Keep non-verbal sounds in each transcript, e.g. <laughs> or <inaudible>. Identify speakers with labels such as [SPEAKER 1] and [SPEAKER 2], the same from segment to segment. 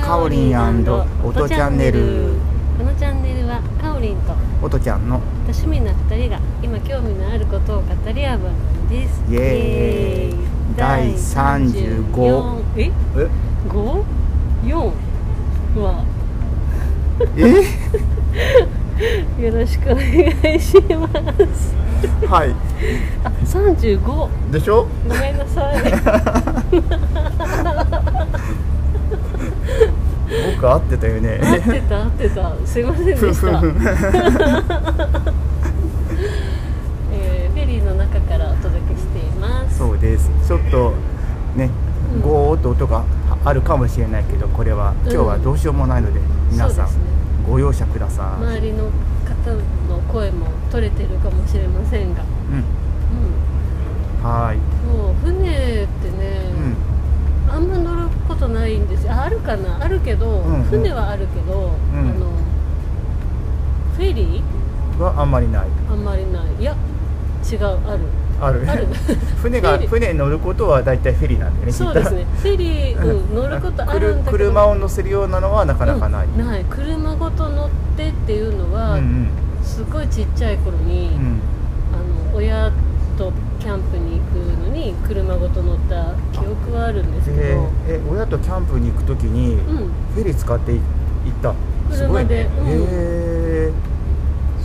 [SPEAKER 1] かおりん
[SPEAKER 2] 音
[SPEAKER 1] 音
[SPEAKER 2] チ
[SPEAKER 1] チ
[SPEAKER 2] ャ
[SPEAKER 1] ャ
[SPEAKER 2] ン
[SPEAKER 1] ン
[SPEAKER 2] ネ
[SPEAKER 1] ネ
[SPEAKER 2] ル
[SPEAKER 1] ル
[SPEAKER 2] このチャンネルはかおりんと
[SPEAKER 1] おとちゃんの
[SPEAKER 2] 多趣味な2人が今興味のあることを語り合う番組です
[SPEAKER 1] イエーイ第35
[SPEAKER 2] え
[SPEAKER 1] え
[SPEAKER 2] ?54 は
[SPEAKER 1] え
[SPEAKER 2] よろしくお願いします
[SPEAKER 1] <laughs> はい
[SPEAKER 2] あ35ご
[SPEAKER 1] でしょ
[SPEAKER 2] めんなさい
[SPEAKER 1] 僕合ってたよね
[SPEAKER 2] 合ってた合ってたすいませんで
[SPEAKER 1] ふ
[SPEAKER 2] し
[SPEAKER 1] ふ
[SPEAKER 2] た、
[SPEAKER 1] ふ
[SPEAKER 2] <laughs> えー、フェリーの中からお届けしています
[SPEAKER 1] そうですちょっとね
[SPEAKER 2] うん
[SPEAKER 1] ゴーっと音があるかもしれないけどこれは今日はどうしようもないので皆さ
[SPEAKER 2] そう
[SPEAKER 1] ん
[SPEAKER 2] ですね
[SPEAKER 1] ご容赦ください
[SPEAKER 2] 周りの方の声も取れてるかもしれませんが、
[SPEAKER 1] う
[SPEAKER 2] う
[SPEAKER 1] んはーい
[SPEAKER 2] ん、もう船ってね、
[SPEAKER 1] う
[SPEAKER 2] あんま乗ることないんですよああるかなあるけど、
[SPEAKER 1] うんうん
[SPEAKER 2] 船はあるけど、
[SPEAKER 1] ん
[SPEAKER 2] あのフェリー
[SPEAKER 1] んはあんまりない
[SPEAKER 2] あんまりないいや違うある
[SPEAKER 1] ある <laughs>
[SPEAKER 2] ある
[SPEAKER 1] 船が
[SPEAKER 2] フェリー
[SPEAKER 1] 船に乗ることはだいたいフェリーなんだよね
[SPEAKER 2] そうです
[SPEAKER 1] <laughs> 聞い
[SPEAKER 2] ねフェリー、うん、乗ることあるんだけど
[SPEAKER 1] くる車を乗せるようなのはなかなかない、
[SPEAKER 2] うんない車ごと乗ってっていうの
[SPEAKER 1] うん
[SPEAKER 2] は、すごいちっちゃい頃に、
[SPEAKER 1] うんうん
[SPEAKER 2] あの親とキャンプに行くのに車ごと乗った記憶はあるんですけ
[SPEAKER 1] で
[SPEAKER 2] ど、
[SPEAKER 1] え親とキャンプに行くとき
[SPEAKER 2] う
[SPEAKER 1] に
[SPEAKER 2] ん、
[SPEAKER 1] フェリー使ってい行ったすご
[SPEAKER 2] 車
[SPEAKER 1] いね
[SPEAKER 2] で、
[SPEAKER 1] へ
[SPEAKER 2] うん
[SPEAKER 1] え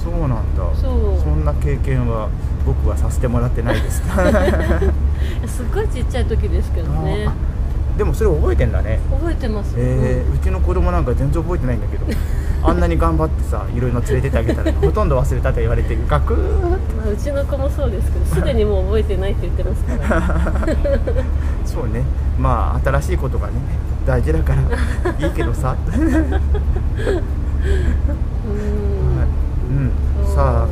[SPEAKER 1] そうなんだ
[SPEAKER 2] そう
[SPEAKER 1] そんな経験は僕はさせてもらってないです
[SPEAKER 2] <laughs> すっごいちっちゃい時ですけどね
[SPEAKER 1] あでもそれ覚えてんだね
[SPEAKER 2] 覚えてます、
[SPEAKER 1] えーうちの子供なんか全然覚えてないんだけど
[SPEAKER 2] <laughs>
[SPEAKER 1] あんなに頑張ってさいろいろ連れてってあげたらほとんど忘れたと言われてガクー
[SPEAKER 2] うんまあ、うちの子もそうですけどすでにもう覚えてないって言ってますから
[SPEAKER 1] <laughs> そうねまあ新しいことがね大事だから
[SPEAKER 2] <laughs>
[SPEAKER 1] いいけどさ
[SPEAKER 2] う
[SPEAKER 1] うん
[SPEAKER 2] そう
[SPEAKER 1] さあ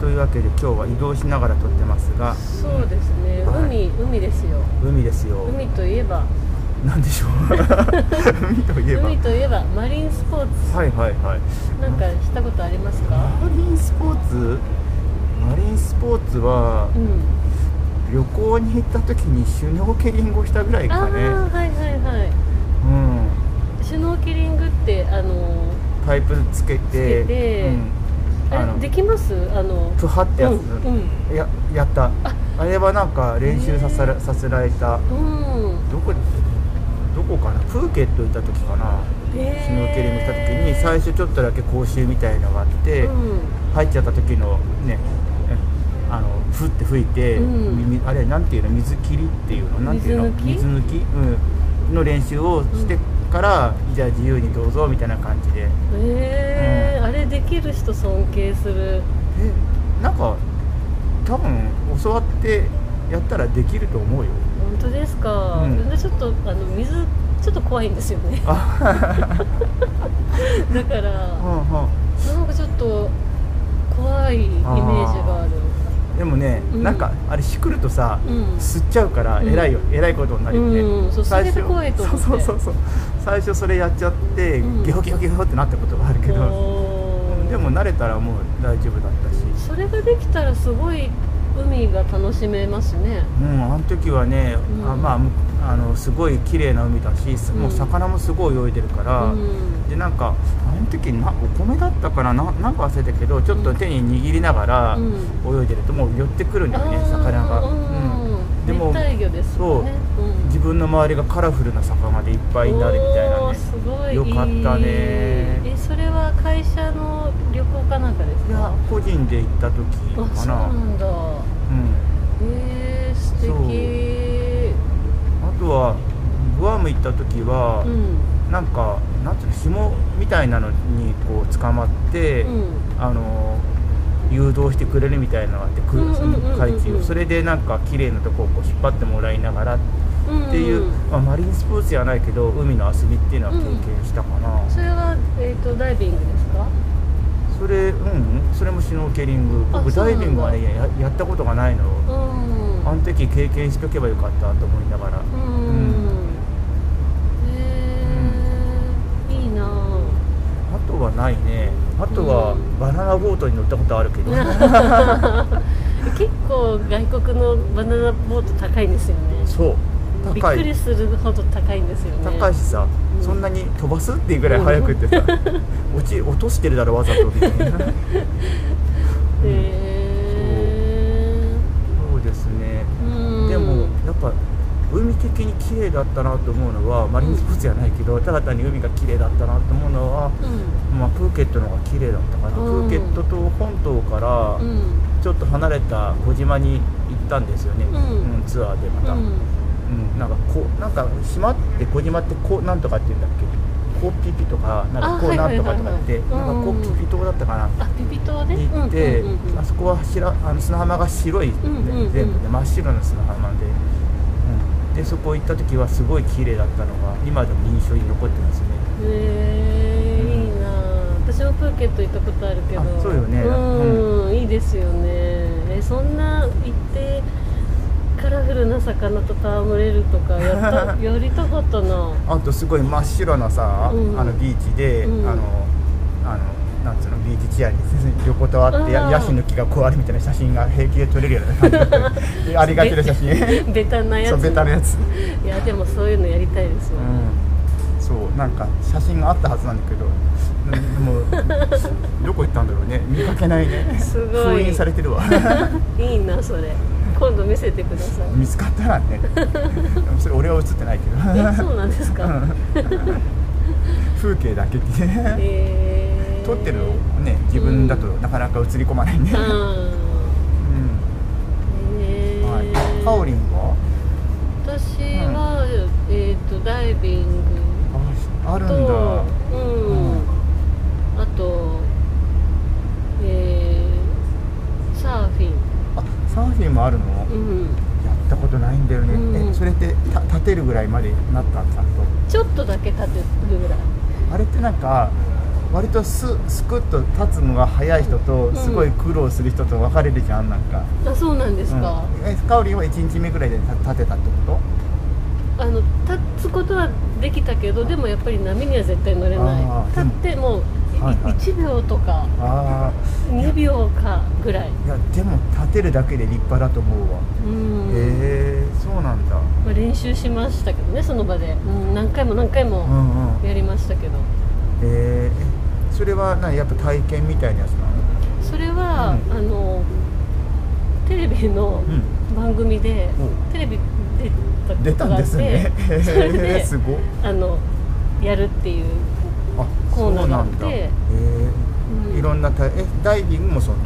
[SPEAKER 1] というわけで今日は移動しながら撮ってますが
[SPEAKER 2] そうですね
[SPEAKER 1] はい
[SPEAKER 2] 海海ですよ
[SPEAKER 1] 海ですよ
[SPEAKER 2] 海といえば
[SPEAKER 1] なんでしょう海といえば
[SPEAKER 2] 海といえばマリンスポーツ
[SPEAKER 1] はいはいはい
[SPEAKER 2] なんかしたことありますか
[SPEAKER 1] マリンスポーツマリンスポーツは
[SPEAKER 2] うん
[SPEAKER 1] 旅行に行った時にシュノーケリングをしたぐらい
[SPEAKER 2] ああ
[SPEAKER 1] かね
[SPEAKER 2] ーはいはいはい
[SPEAKER 1] うん
[SPEAKER 2] シュノーケリングってあの
[SPEAKER 1] パイプつけて
[SPEAKER 2] つけて
[SPEAKER 1] うん、あ
[SPEAKER 2] あ
[SPEAKER 1] の
[SPEAKER 2] れできますあの
[SPEAKER 1] プハってやつ、
[SPEAKER 2] うん
[SPEAKER 1] ややったあれはなんか練習させらさせられた
[SPEAKER 2] うん、うん、
[SPEAKER 1] どこどこかなプーケット行った時かなシュノーケリングした時に最初ちょっとだけ講習みたいのがあって、
[SPEAKER 2] うん
[SPEAKER 1] 入っちゃった時のねうんあのふって吹いて、
[SPEAKER 2] うん
[SPEAKER 1] みあれなんていうの水切りっていうのなんていうの
[SPEAKER 2] 水
[SPEAKER 1] 抜きうん、の練習をしてから、じゃあ自由にどうぞみたいな感じで
[SPEAKER 2] えーあれできる人尊敬する
[SPEAKER 1] えなんか多分教わってやったらできると思うよ
[SPEAKER 2] 本当ですか、
[SPEAKER 1] うん
[SPEAKER 2] でちょっとあの水ちょっと怖いんですよね <laughs> だから
[SPEAKER 1] うんう
[SPEAKER 2] なんかちょっと怖いイメージがある
[SPEAKER 1] んでもね、
[SPEAKER 2] うん
[SPEAKER 1] なんかあれしくるとさ、
[SPEAKER 2] うん
[SPEAKER 1] 吸っちゃうからえらいよ、えらいことになるよね、
[SPEAKER 2] うんそうそれが怖いと思って
[SPEAKER 1] そうそうそうそう最初それやっちゃって、
[SPEAKER 2] うん
[SPEAKER 1] ゲホゲホゲホってなったことがあるけど、
[SPEAKER 2] おー
[SPEAKER 1] でも慣れたらもう大丈夫だったし
[SPEAKER 2] それができたらすごい海が楽しめますね
[SPEAKER 1] うんあの時はね、
[SPEAKER 2] うん
[SPEAKER 1] あまあむあのすごい綺麗な海だし、
[SPEAKER 2] ん
[SPEAKER 1] もう魚もすごい泳いでるから、
[SPEAKER 2] うん
[SPEAKER 1] でなんかあの時なお米だったかなななんか忘れたけどちょっと手に握りながら
[SPEAKER 2] うん
[SPEAKER 1] 泳いでるともう寄ってくるんだよね、
[SPEAKER 2] あー
[SPEAKER 1] 魚が、
[SPEAKER 2] うん
[SPEAKER 1] んでも
[SPEAKER 2] 熱帯魚ですもんねうん
[SPEAKER 1] 自分の周りがカラフルな魚でいっぱいいたりみたいな
[SPEAKER 2] おー
[SPEAKER 1] ね
[SPEAKER 2] すごい
[SPEAKER 1] よかったね
[SPEAKER 2] えそれは会社の旅行かなんかです
[SPEAKER 1] いや
[SPEAKER 2] か
[SPEAKER 1] 個人で行った時
[SPEAKER 2] あ
[SPEAKER 1] か
[SPEAKER 2] そう
[SPEAKER 1] な
[SPEAKER 2] なんだ
[SPEAKER 1] うん
[SPEAKER 2] えー、素敵
[SPEAKER 1] そうあとはグアム行った時は、
[SPEAKER 2] ん
[SPEAKER 1] なんかなんていうの紐みたいなのにこう捕まって、
[SPEAKER 2] うん
[SPEAKER 1] あの誘導してくれるみたいなのがあってく
[SPEAKER 2] うんうんうんうんうん
[SPEAKER 1] 海中をそれでなんか綺麗なとこをこう引っ張ってもらいながら
[SPEAKER 2] うん
[SPEAKER 1] っていう、まあ、マリンスポーツじゃないけど海の遊びっていうのは経験したかな、
[SPEAKER 2] それは、えー、とダイビングですか
[SPEAKER 1] それうんそれもシュノーケリング
[SPEAKER 2] あ
[SPEAKER 1] 僕
[SPEAKER 2] そう
[SPEAKER 1] ダ
[SPEAKER 2] なん
[SPEAKER 1] イ
[SPEAKER 2] だ
[SPEAKER 1] ビングはねややったことがないの、
[SPEAKER 2] うん
[SPEAKER 1] あの時経験しとけばよかったと思いながら、
[SPEAKER 2] うん、えー、いいなぁ
[SPEAKER 1] あとはないねあとは
[SPEAKER 2] うん
[SPEAKER 1] バナナボートに乗ったことある
[SPEAKER 2] <laughs>
[SPEAKER 1] けど、
[SPEAKER 2] 結構外国のバナナボート高いんですよね
[SPEAKER 1] そう
[SPEAKER 2] びっ
[SPEAKER 1] 高い
[SPEAKER 2] くりするほど高いんですよね
[SPEAKER 1] 高いしさ、
[SPEAKER 2] うん
[SPEAKER 1] そんなに飛ばすっていうぐらい速くっ
[SPEAKER 2] <laughs>
[SPEAKER 1] てさ、落ち落としてるだろわざとみたいな
[SPEAKER 2] へえ
[SPEAKER 1] そうですね、
[SPEAKER 2] うん
[SPEAKER 1] でもやっぱ海的に綺麗だったなと思うのはマリンスポーツじゃないけど、ただ単に海が綺麗だったなと思うのは、
[SPEAKER 2] う
[SPEAKER 1] まあ、プーケットの方が綺麗だったかな、
[SPEAKER 2] うん
[SPEAKER 1] プーケットと本島から
[SPEAKER 2] んうん
[SPEAKER 1] ちょっと離れた小島に行ったんですよね、
[SPEAKER 2] うん
[SPEAKER 1] うんツアーでまた、
[SPEAKER 2] う
[SPEAKER 1] うん
[SPEAKER 2] ん
[SPEAKER 1] なんかこうなんか島って小島ってこうなんとかって言うんだっけこうピピとかなんかこ
[SPEAKER 2] あ
[SPEAKER 1] うな
[SPEAKER 2] は
[SPEAKER 1] ん
[SPEAKER 2] い
[SPEAKER 1] と
[SPEAKER 2] は
[SPEAKER 1] か
[SPEAKER 2] いはいはい
[SPEAKER 1] とかって、なんかこうピピ島だったかな、
[SPEAKER 2] あピピ島ね
[SPEAKER 1] 行って、
[SPEAKER 2] うんうんうん
[SPEAKER 1] あそこは白あの砂浜が白い、ね
[SPEAKER 2] うんうんうん
[SPEAKER 1] 全部で真っ白な砂浜で、うん、でそこ行った時はすごい綺麗だったのが今でも印象に残ってますね
[SPEAKER 2] へえいいな私もプーケット行ったことあるけど
[SPEAKER 1] あそうよね
[SPEAKER 2] うん、いいですよねえそんな行ってカラフルな魚と戯れるとかやった
[SPEAKER 1] <laughs>
[SPEAKER 2] やりたかったな
[SPEAKER 1] あとすごい真っ白なさ、
[SPEAKER 2] うん
[SPEAKER 1] あのビーチで、
[SPEAKER 2] うん
[SPEAKER 1] あのあのなんつうのビーチチェアに横たわってや
[SPEAKER 2] あー
[SPEAKER 1] ヤシの木がこうあるみたいな写真が平気で撮れるような感じだ
[SPEAKER 2] <laughs>
[SPEAKER 1] ったよねでありがちな写真
[SPEAKER 2] ベタなやつ
[SPEAKER 1] そうベタなやつ、
[SPEAKER 2] いやでもそういうのやりたいです
[SPEAKER 1] う
[SPEAKER 2] わ、
[SPEAKER 1] ん、そうなんか写真があったはずなんだけどうんでもどこ行ったんだろうね見かけないね
[SPEAKER 2] すご
[SPEAKER 1] 封
[SPEAKER 2] い
[SPEAKER 1] 印され
[SPEAKER 2] <laughs>
[SPEAKER 1] てるわ
[SPEAKER 2] いいなそれ今度見せてください
[SPEAKER 1] 見つかったらねでもそれ俺は写ってないけど
[SPEAKER 2] えそうなんですか
[SPEAKER 1] 風景だけで、
[SPEAKER 2] へえ
[SPEAKER 1] 撮ってるのをね自分だとなかなか写り込まないね、
[SPEAKER 2] う
[SPEAKER 1] うん
[SPEAKER 2] んへえ
[SPEAKER 1] はい、カオリンは
[SPEAKER 2] 私は、えっ、とダイビング
[SPEAKER 1] ああるんだ
[SPEAKER 2] とうん、
[SPEAKER 1] うん
[SPEAKER 2] あとえー、サーフィン
[SPEAKER 1] あサーフィンもあるの、
[SPEAKER 2] うん
[SPEAKER 1] やったことないんだよね、
[SPEAKER 2] うん
[SPEAKER 1] えそれってた立てるぐらいまでなったんちゃんと
[SPEAKER 2] ちょっとだけ立てるぐらい
[SPEAKER 1] あれってなんか割とススクッと立つのが早い人と
[SPEAKER 2] ん
[SPEAKER 1] すごい苦労する人と分かれるじゃんなんか、
[SPEAKER 2] あそうなんですか、
[SPEAKER 1] うん、えカオリンは1日目ぐらいで立立てたってこと
[SPEAKER 2] あの立つことはできたけどでもやっぱり波には絶対乗れな
[SPEAKER 1] あ
[SPEAKER 2] い立
[SPEAKER 1] ー
[SPEAKER 2] ってもう
[SPEAKER 1] はいはい
[SPEAKER 2] 1秒とか
[SPEAKER 1] ああ
[SPEAKER 2] 2秒かぐらい、
[SPEAKER 1] いやでも立てるだけで立派だと思うわ、
[SPEAKER 2] うん
[SPEAKER 1] へえそうなんだ
[SPEAKER 2] まあ、練習しましたけどねその場で、うん、何回も何回
[SPEAKER 1] う
[SPEAKER 2] も
[SPEAKER 1] んうん
[SPEAKER 2] やりましたけど、
[SPEAKER 1] えー、それはなやっぱ体験みたいなやつなの
[SPEAKER 2] それは、あ
[SPEAKER 1] う
[SPEAKER 2] のテレビの
[SPEAKER 1] う
[SPEAKER 2] 番組で、
[SPEAKER 1] う
[SPEAKER 2] テレビ出たこと
[SPEAKER 1] ん出た
[SPEAKER 2] が
[SPEAKER 1] ん
[SPEAKER 2] あっ
[SPEAKER 1] で
[SPEAKER 2] て
[SPEAKER 1] すね
[SPEAKER 2] それで
[SPEAKER 1] へ <laughs> ーすごっ
[SPEAKER 2] あのやるっていう、
[SPEAKER 1] あ
[SPEAKER 2] コーナーがあって
[SPEAKER 1] そうなんだへえ
[SPEAKER 2] うん
[SPEAKER 1] いろんな体えダイビングもその時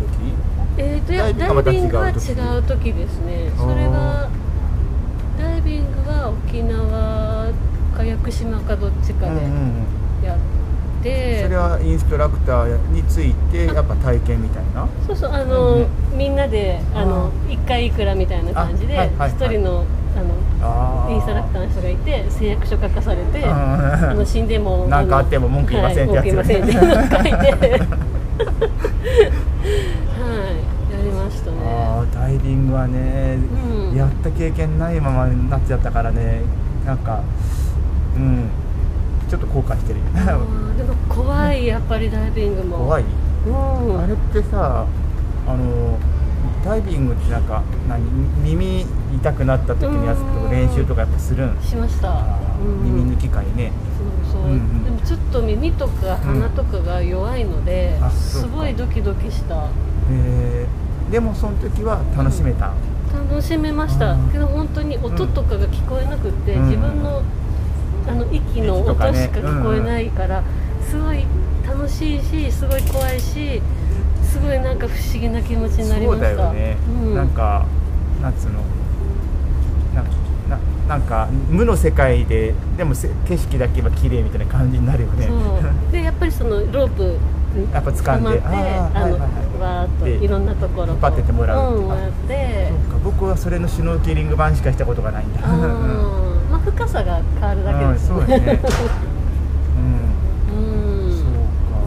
[SPEAKER 2] えー、とや
[SPEAKER 1] ダイビングはま
[SPEAKER 2] ダイ
[SPEAKER 1] た
[SPEAKER 2] ビングは違
[SPEAKER 1] 違う時
[SPEAKER 2] う時ですね
[SPEAKER 1] あー
[SPEAKER 2] それがダイビングは沖縄か屋久島かどっちか
[SPEAKER 1] うんう
[SPEAKER 2] で
[SPEAKER 1] んうん
[SPEAKER 2] やって、
[SPEAKER 1] それはインストラクターについてやっぱ体験みたいな
[SPEAKER 2] そうそうあの、
[SPEAKER 1] うん
[SPEAKER 2] みんなであの
[SPEAKER 1] あ
[SPEAKER 2] 1回いくらみたいな感じで
[SPEAKER 1] あはいはいはい
[SPEAKER 2] 一人のあの
[SPEAKER 1] あ
[SPEAKER 2] インストラクターの人がいて誓約書書かされて、あの
[SPEAKER 1] ー
[SPEAKER 2] 死んでも
[SPEAKER 1] なんかあっても文句言いませんってやつ
[SPEAKER 2] はい、文句言いませんって書いて
[SPEAKER 1] <laughs>
[SPEAKER 2] はいやりましたね
[SPEAKER 1] あーダイビングはね、
[SPEAKER 2] うん
[SPEAKER 1] やった経験ないままになっちゃったからねなんかうんちょっと後悔してる
[SPEAKER 2] あーでも怖いやっぱりダイビングも
[SPEAKER 1] <laughs> 怖
[SPEAKER 2] い、
[SPEAKER 1] い
[SPEAKER 2] うん、
[SPEAKER 1] あれってさあのダイビングってなんか何耳痛くなった時のやつと
[SPEAKER 2] うん
[SPEAKER 1] か練習とかやっぱするん
[SPEAKER 2] しました、うん、
[SPEAKER 1] 耳抜き会ね
[SPEAKER 2] そうそう、
[SPEAKER 1] うんうん
[SPEAKER 2] でもちょっと耳とか鼻とかが弱いので、
[SPEAKER 1] うんあそう
[SPEAKER 2] す
[SPEAKER 1] か
[SPEAKER 2] ごいドキドキした
[SPEAKER 1] えーでもその時は楽しめた、
[SPEAKER 2] 楽しめました
[SPEAKER 1] うん
[SPEAKER 2] けど本当に音とかが聞こえなくて、
[SPEAKER 1] うん
[SPEAKER 2] 自分のあの息の
[SPEAKER 1] 息
[SPEAKER 2] 音
[SPEAKER 1] と
[SPEAKER 2] し
[SPEAKER 1] か
[SPEAKER 2] か
[SPEAKER 1] ね
[SPEAKER 2] 聞こえないから、すごい楽しいしすごい怖いしすごいなんか不思議な気持ちになりま
[SPEAKER 1] そ
[SPEAKER 2] し
[SPEAKER 1] うだ
[SPEAKER 2] た
[SPEAKER 1] よね、
[SPEAKER 2] うん、
[SPEAKER 1] なんかなんつうのなななんか無の世界ででもせ景色だけは綺麗みたいな感じになるよね
[SPEAKER 2] そうでやっぱりそのロープに
[SPEAKER 1] <laughs> やっぱ掴んで
[SPEAKER 2] まってあ
[SPEAKER 1] あーはい
[SPEAKER 2] の、
[SPEAKER 1] はいはい
[SPEAKER 2] わーっと
[SPEAKER 1] で
[SPEAKER 2] いろんなところこ
[SPEAKER 1] 引っ張ってってもらう
[SPEAKER 2] うん、やって
[SPEAKER 1] そうか僕はそれのシュノーケリング版しかしたことがないんだ
[SPEAKER 2] あーまあ深さが変わるだけです
[SPEAKER 1] うんそうだねうん、
[SPEAKER 2] うん
[SPEAKER 1] そう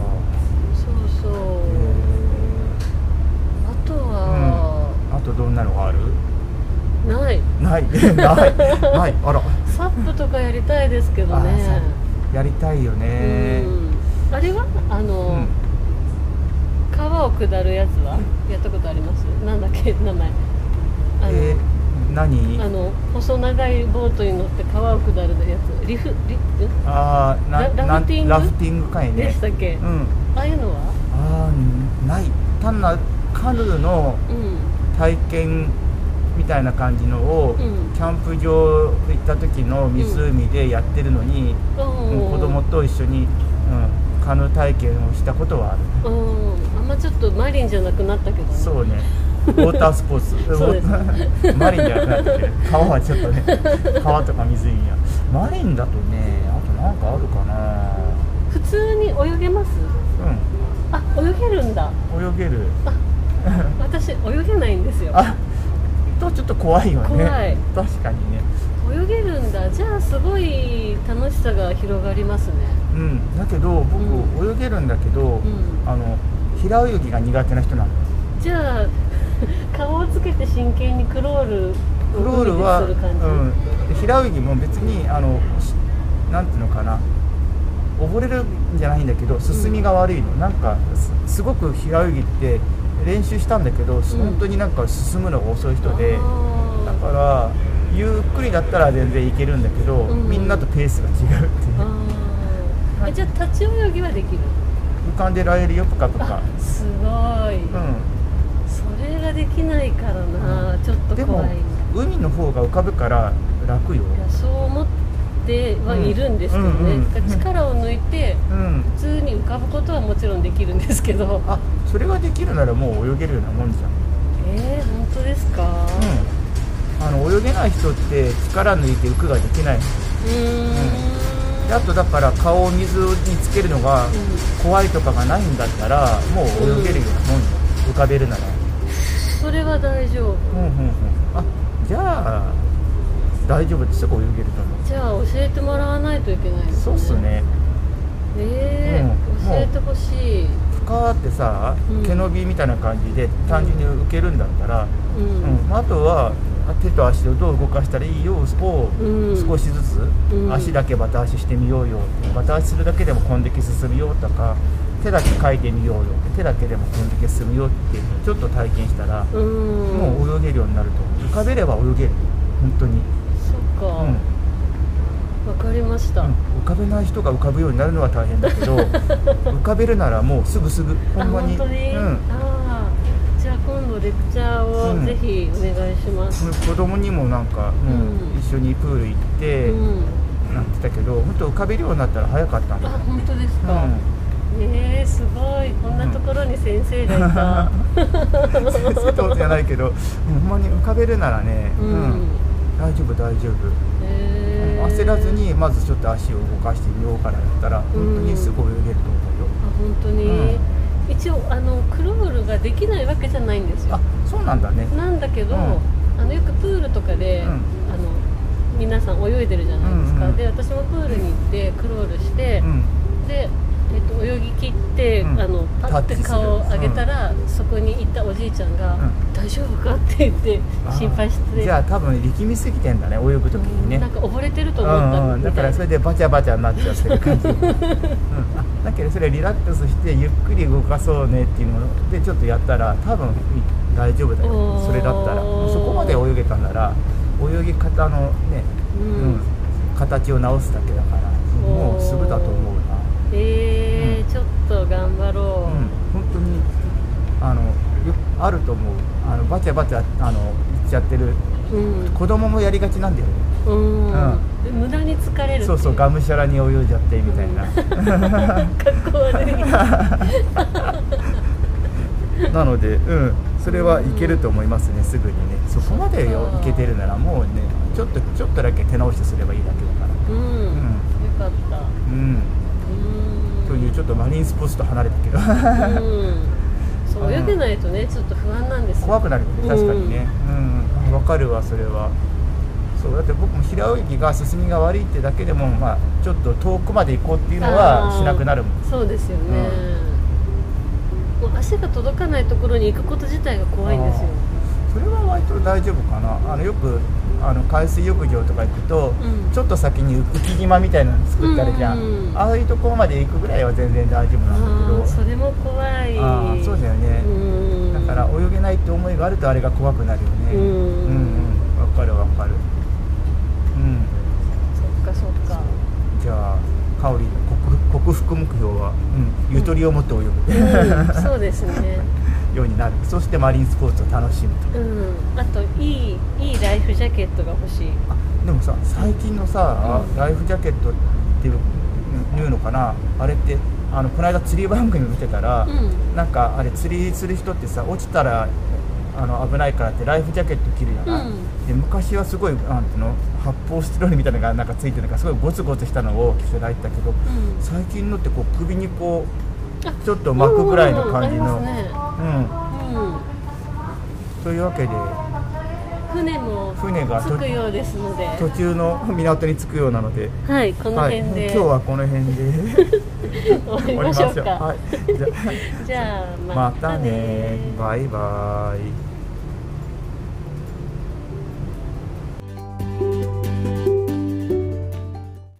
[SPEAKER 2] そうそう、
[SPEAKER 1] か、えー
[SPEAKER 2] あとは、
[SPEAKER 1] あとどんなのがある
[SPEAKER 2] ない
[SPEAKER 1] ないないないあら
[SPEAKER 2] サップとかやりたいですけど
[SPEAKER 1] あーサ
[SPEAKER 2] ね
[SPEAKER 1] ッやりたいよね
[SPEAKER 2] うんあれはあ
[SPEAKER 1] う
[SPEAKER 2] の、
[SPEAKER 1] ん
[SPEAKER 2] 川を下るやつはやったことありますなんだっけ名前あの、
[SPEAKER 1] えーうん何
[SPEAKER 2] あの細長いボートに乗って川を下るやつリフリん
[SPEAKER 1] あーな
[SPEAKER 2] ラ
[SPEAKER 1] な
[SPEAKER 2] ラフティング
[SPEAKER 1] ラフティングかい
[SPEAKER 2] で
[SPEAKER 1] ね
[SPEAKER 2] したっけ、
[SPEAKER 1] うん
[SPEAKER 2] ああいうのは
[SPEAKER 1] ああない単なるカヌーの
[SPEAKER 2] うん
[SPEAKER 1] 体験みたいな感じのを、
[SPEAKER 2] うん
[SPEAKER 1] キャンプ場行った時の湖でやってるのに、うん子供と一緒に、うん、カヌー体験をしたことはある
[SPEAKER 2] うんあんまちょっとマリンじゃなくなったけどね
[SPEAKER 1] そうねウォータースポーツ
[SPEAKER 2] <laughs> そうです
[SPEAKER 1] ウォーター <laughs> マリンじゃなくなってくる川はちょっと
[SPEAKER 2] <laughs>
[SPEAKER 1] ね川とか湖やマリンだとねあとなんかあるかな
[SPEAKER 2] 普通に泳げますあ泳げるんだ
[SPEAKER 1] うん泳げる
[SPEAKER 2] 私泳げないんですよ
[SPEAKER 1] あとちょっと怖いよね
[SPEAKER 2] 怖い
[SPEAKER 1] 確かにね
[SPEAKER 2] 泳げるんだじゃあすごい楽しさが広がりますね
[SPEAKER 1] うんだけど僕、
[SPEAKER 2] う
[SPEAKER 1] 泳げるんだけど、
[SPEAKER 2] うん
[SPEAKER 1] あの平泳ぎが苦手な人なの
[SPEAKER 2] じゃあ <laughs> 顔をつけて真剣にクロール
[SPEAKER 1] クロールは、
[SPEAKER 2] をする感じ、
[SPEAKER 1] うん、平泳ぎも別にあのしなんていうのかな溺れるんじゃないんだけど進みが悪いの、なんかすすごく平泳ぎって練習したんだけど、本当になんか進むのが遅い人でだ
[SPEAKER 2] あー
[SPEAKER 1] からゆっくりだったら全然いけるんだけど、
[SPEAKER 2] うん
[SPEAKER 1] みんなとペースが違うっていう
[SPEAKER 2] あーえじゃあ立ち泳ぎはできる
[SPEAKER 1] 浮かんでられるよとかとか
[SPEAKER 2] あすごい、
[SPEAKER 1] う
[SPEAKER 2] それができないからな、ちょっ
[SPEAKER 1] んで
[SPEAKER 2] と
[SPEAKER 1] も
[SPEAKER 2] 怖いい
[SPEAKER 1] 海の方が浮かぶから楽よ
[SPEAKER 2] やそう思ってはいるんですけどね、
[SPEAKER 1] うんうんうん
[SPEAKER 2] 力を抜いて
[SPEAKER 1] うん
[SPEAKER 2] 普通に浮かぶことはもちろんできるんですけど
[SPEAKER 1] あそれができるならもう泳げるようなもんじゃん
[SPEAKER 2] えー、本当ですか
[SPEAKER 1] うん、あの泳げない人って力抜いて浮くができな
[SPEAKER 2] う
[SPEAKER 1] い
[SPEAKER 2] んん
[SPEAKER 1] であとだから顔を水につけるのが
[SPEAKER 2] うん
[SPEAKER 1] 怖いとかがないんだったらもう泳げるようなもんよ浮かべるなら
[SPEAKER 2] それは大丈夫
[SPEAKER 1] うんうんうんあじゃあ大丈夫ですぐ泳げると思
[SPEAKER 2] じゃあ教えてもらわないといけないで
[SPEAKER 1] う
[SPEAKER 2] すね
[SPEAKER 1] そうっすね
[SPEAKER 2] え
[SPEAKER 1] うん
[SPEAKER 2] ー
[SPEAKER 1] もう
[SPEAKER 2] 教えてほしい
[SPEAKER 1] ふかーってさ
[SPEAKER 2] うん
[SPEAKER 1] 毛伸びみたいな感じで単純に浮けるんだったら、
[SPEAKER 2] う
[SPEAKER 1] うん
[SPEAKER 2] ん、
[SPEAKER 1] まあ、あとはあ手と足をどう動かしたらいいよを
[SPEAKER 2] うん
[SPEAKER 1] 少しずつ
[SPEAKER 2] うん
[SPEAKER 1] 足だけバタ足してみようよバタ足するだけでもこんだけ進むよとか手だけ書いてみようよ手だけでもこんだけ進むよっていうのをちょっと体験したら、
[SPEAKER 2] うんう
[SPEAKER 1] もう泳げるようになると思う浮かべれば泳げる本当に、
[SPEAKER 2] そっか
[SPEAKER 1] うん
[SPEAKER 2] わ、かりました、
[SPEAKER 1] うん浮かべない人が浮かぶようになるのは大変だ
[SPEAKER 2] <laughs>
[SPEAKER 1] けど浮かべるならもうすぐすぐほ
[SPEAKER 2] あ
[SPEAKER 1] んまに
[SPEAKER 2] 本当に、
[SPEAKER 1] うん
[SPEAKER 2] ああじゃあ今度レクチャー
[SPEAKER 1] う
[SPEAKER 2] を
[SPEAKER 1] ん
[SPEAKER 2] ぜひお願いします、
[SPEAKER 1] 子供にもなんか、うん
[SPEAKER 2] うん
[SPEAKER 1] 一緒にプール行って、
[SPEAKER 2] うん、
[SPEAKER 1] なってたけど本当浮かべるようになったら早かったん
[SPEAKER 2] あ
[SPEAKER 1] だ、
[SPEAKER 2] 本当ですか、えー、すごいこんなところに先生がいた、
[SPEAKER 1] うん、先生ってことじゃないけどほんまに浮かべるならね、
[SPEAKER 2] う
[SPEAKER 1] うんん大丈夫大丈夫、
[SPEAKER 2] えー、
[SPEAKER 1] 焦らずに
[SPEAKER 2] あ
[SPEAKER 1] まずちょっと足を動かしてみようからやったら本当にすごい泳げると
[SPEAKER 2] 本当
[SPEAKER 1] 思うよ、
[SPEAKER 2] に、
[SPEAKER 1] う
[SPEAKER 2] 一応あのクロールができないわけじゃないんですよ
[SPEAKER 1] あそうなんだね
[SPEAKER 2] なんだけど、あのよくプールとかで、
[SPEAKER 1] うん
[SPEAKER 2] あの皆さん泳いでるじゃないですか、
[SPEAKER 1] うんうん
[SPEAKER 2] で私もプールに行ってクロールして、
[SPEAKER 1] うん
[SPEAKER 2] で、えっと、泳ぎ切って、
[SPEAKER 1] うん
[SPEAKER 2] あのパッて
[SPEAKER 1] タッチする
[SPEAKER 2] 顔を上げたら、そこにいたおじいちゃんが「
[SPEAKER 1] うん
[SPEAKER 2] 大丈夫か?」って言って
[SPEAKER 1] あー
[SPEAKER 2] 心配して
[SPEAKER 1] じゃあ多分力みすぎてんだね泳ぐ時にね
[SPEAKER 2] なんか溺れてると思った
[SPEAKER 1] うんうん、だからそれでバチャバチャになっちゃって
[SPEAKER 2] <laughs>
[SPEAKER 1] る感じ、うん、あだけどそれリラックスしてゆっくり動かそうねっていうのでちょっとやったら多分大丈夫だ
[SPEAKER 2] お
[SPEAKER 1] よ
[SPEAKER 2] ー
[SPEAKER 1] それだったらそこまで泳げたなら泳ぎ方のね、
[SPEAKER 2] う
[SPEAKER 1] うん
[SPEAKER 2] ん、
[SPEAKER 1] 形を直すだけだからもうすぐだと思うな、
[SPEAKER 2] えーちょっと頑張
[SPEAKER 1] うん
[SPEAKER 2] ろ、
[SPEAKER 1] 本当にあのよあると思うあのバチャバチャあの言っちゃってる
[SPEAKER 2] ううん、
[SPEAKER 1] 子供もやりがちなんだよね
[SPEAKER 2] うん
[SPEAKER 1] うん
[SPEAKER 2] で無駄に疲れるってい
[SPEAKER 1] そうそうがむしゃらに泳いじゃってみたいな、
[SPEAKER 2] 格好悪
[SPEAKER 1] <laughs>
[SPEAKER 2] い
[SPEAKER 1] なので、うん、それはいけると思いますね、すぐにね、そこまで
[SPEAKER 2] そっ
[SPEAKER 1] よ
[SPEAKER 2] か
[SPEAKER 1] いけてるなら、もうね、ちょっとちょっとだけ手直しすればいいだけだから、
[SPEAKER 2] うん、
[SPEAKER 1] うん、
[SPEAKER 2] よかった
[SPEAKER 1] うん、
[SPEAKER 2] うん
[SPEAKER 1] という、ちょっとマリンスポーツと離れたけど、 <laughs>
[SPEAKER 2] うん、そううん泳げないとねちょっと不安なんですよ
[SPEAKER 1] 怖くなるよね、確かにね、うん、わ、かるわ、それは。そうだって僕も平泳ぎが進みが悪いってだけでも、まあ、ちょっと遠くまで行こうっていうのは
[SPEAKER 2] あー
[SPEAKER 1] しなくなるもん、
[SPEAKER 2] そうですよね、もう足が届かないところに行くこと自体が怖いんですよ
[SPEAKER 1] それは割と大丈夫かなあのよくあの海水浴場とか行くと、
[SPEAKER 2] うん
[SPEAKER 1] ちょっと先に浮き島みたいなの作ってあるじゃん、
[SPEAKER 2] うんうん
[SPEAKER 1] ああいうところまで行くぐらいは全然大丈夫
[SPEAKER 2] あ
[SPEAKER 1] なん
[SPEAKER 2] あー
[SPEAKER 1] だ
[SPEAKER 2] それも怖
[SPEAKER 1] け
[SPEAKER 2] い
[SPEAKER 1] どああそうだよね、
[SPEAKER 2] うん
[SPEAKER 1] だから泳げないって思いがあるとあれが怖くなるよね
[SPEAKER 2] うん
[SPEAKER 1] うんわ、かるわかるうん
[SPEAKER 2] そっかそっか
[SPEAKER 1] じゃあ香り克服克服目標は、うん、ゆとりを持って泳ぐ、
[SPEAKER 2] うんそうですね
[SPEAKER 1] ようになるそしてマリンスポーツを楽しむと
[SPEAKER 2] うんあといいいいライフジャケットが欲しい
[SPEAKER 1] あでもさ最近のさ、
[SPEAKER 2] うん
[SPEAKER 1] ライフジャケットっていういうのかなあれってあのこの間釣り番組見てたら、
[SPEAKER 2] う
[SPEAKER 1] なんかあれ釣りする人ってさ落ちたらあの危ないからってライフジャケット着るじゃない、
[SPEAKER 2] うん
[SPEAKER 1] で昔はすごいなんていうの発泡スチロールみたいなのがなんかついてるからすごいゴツゴツしたのを着せられてたけど
[SPEAKER 2] うん
[SPEAKER 1] 最近のってこう首にこ
[SPEAKER 2] あ
[SPEAKER 1] うちょっと巻くぐらいの感じの、
[SPEAKER 2] うんうんうんありま
[SPEAKER 1] うん
[SPEAKER 2] すねうん
[SPEAKER 1] というわけで
[SPEAKER 2] 船も
[SPEAKER 1] 船がと
[SPEAKER 2] 着くようですので
[SPEAKER 1] 途中の港に着くようなので
[SPEAKER 2] はいこの辺
[SPEAKER 1] はい、
[SPEAKER 2] で、
[SPEAKER 1] 今日はこの辺で
[SPEAKER 2] 終わりましょうか
[SPEAKER 1] 終わりましょうはい、じゃ
[SPEAKER 2] じゃあ
[SPEAKER 1] あまたねバイバイ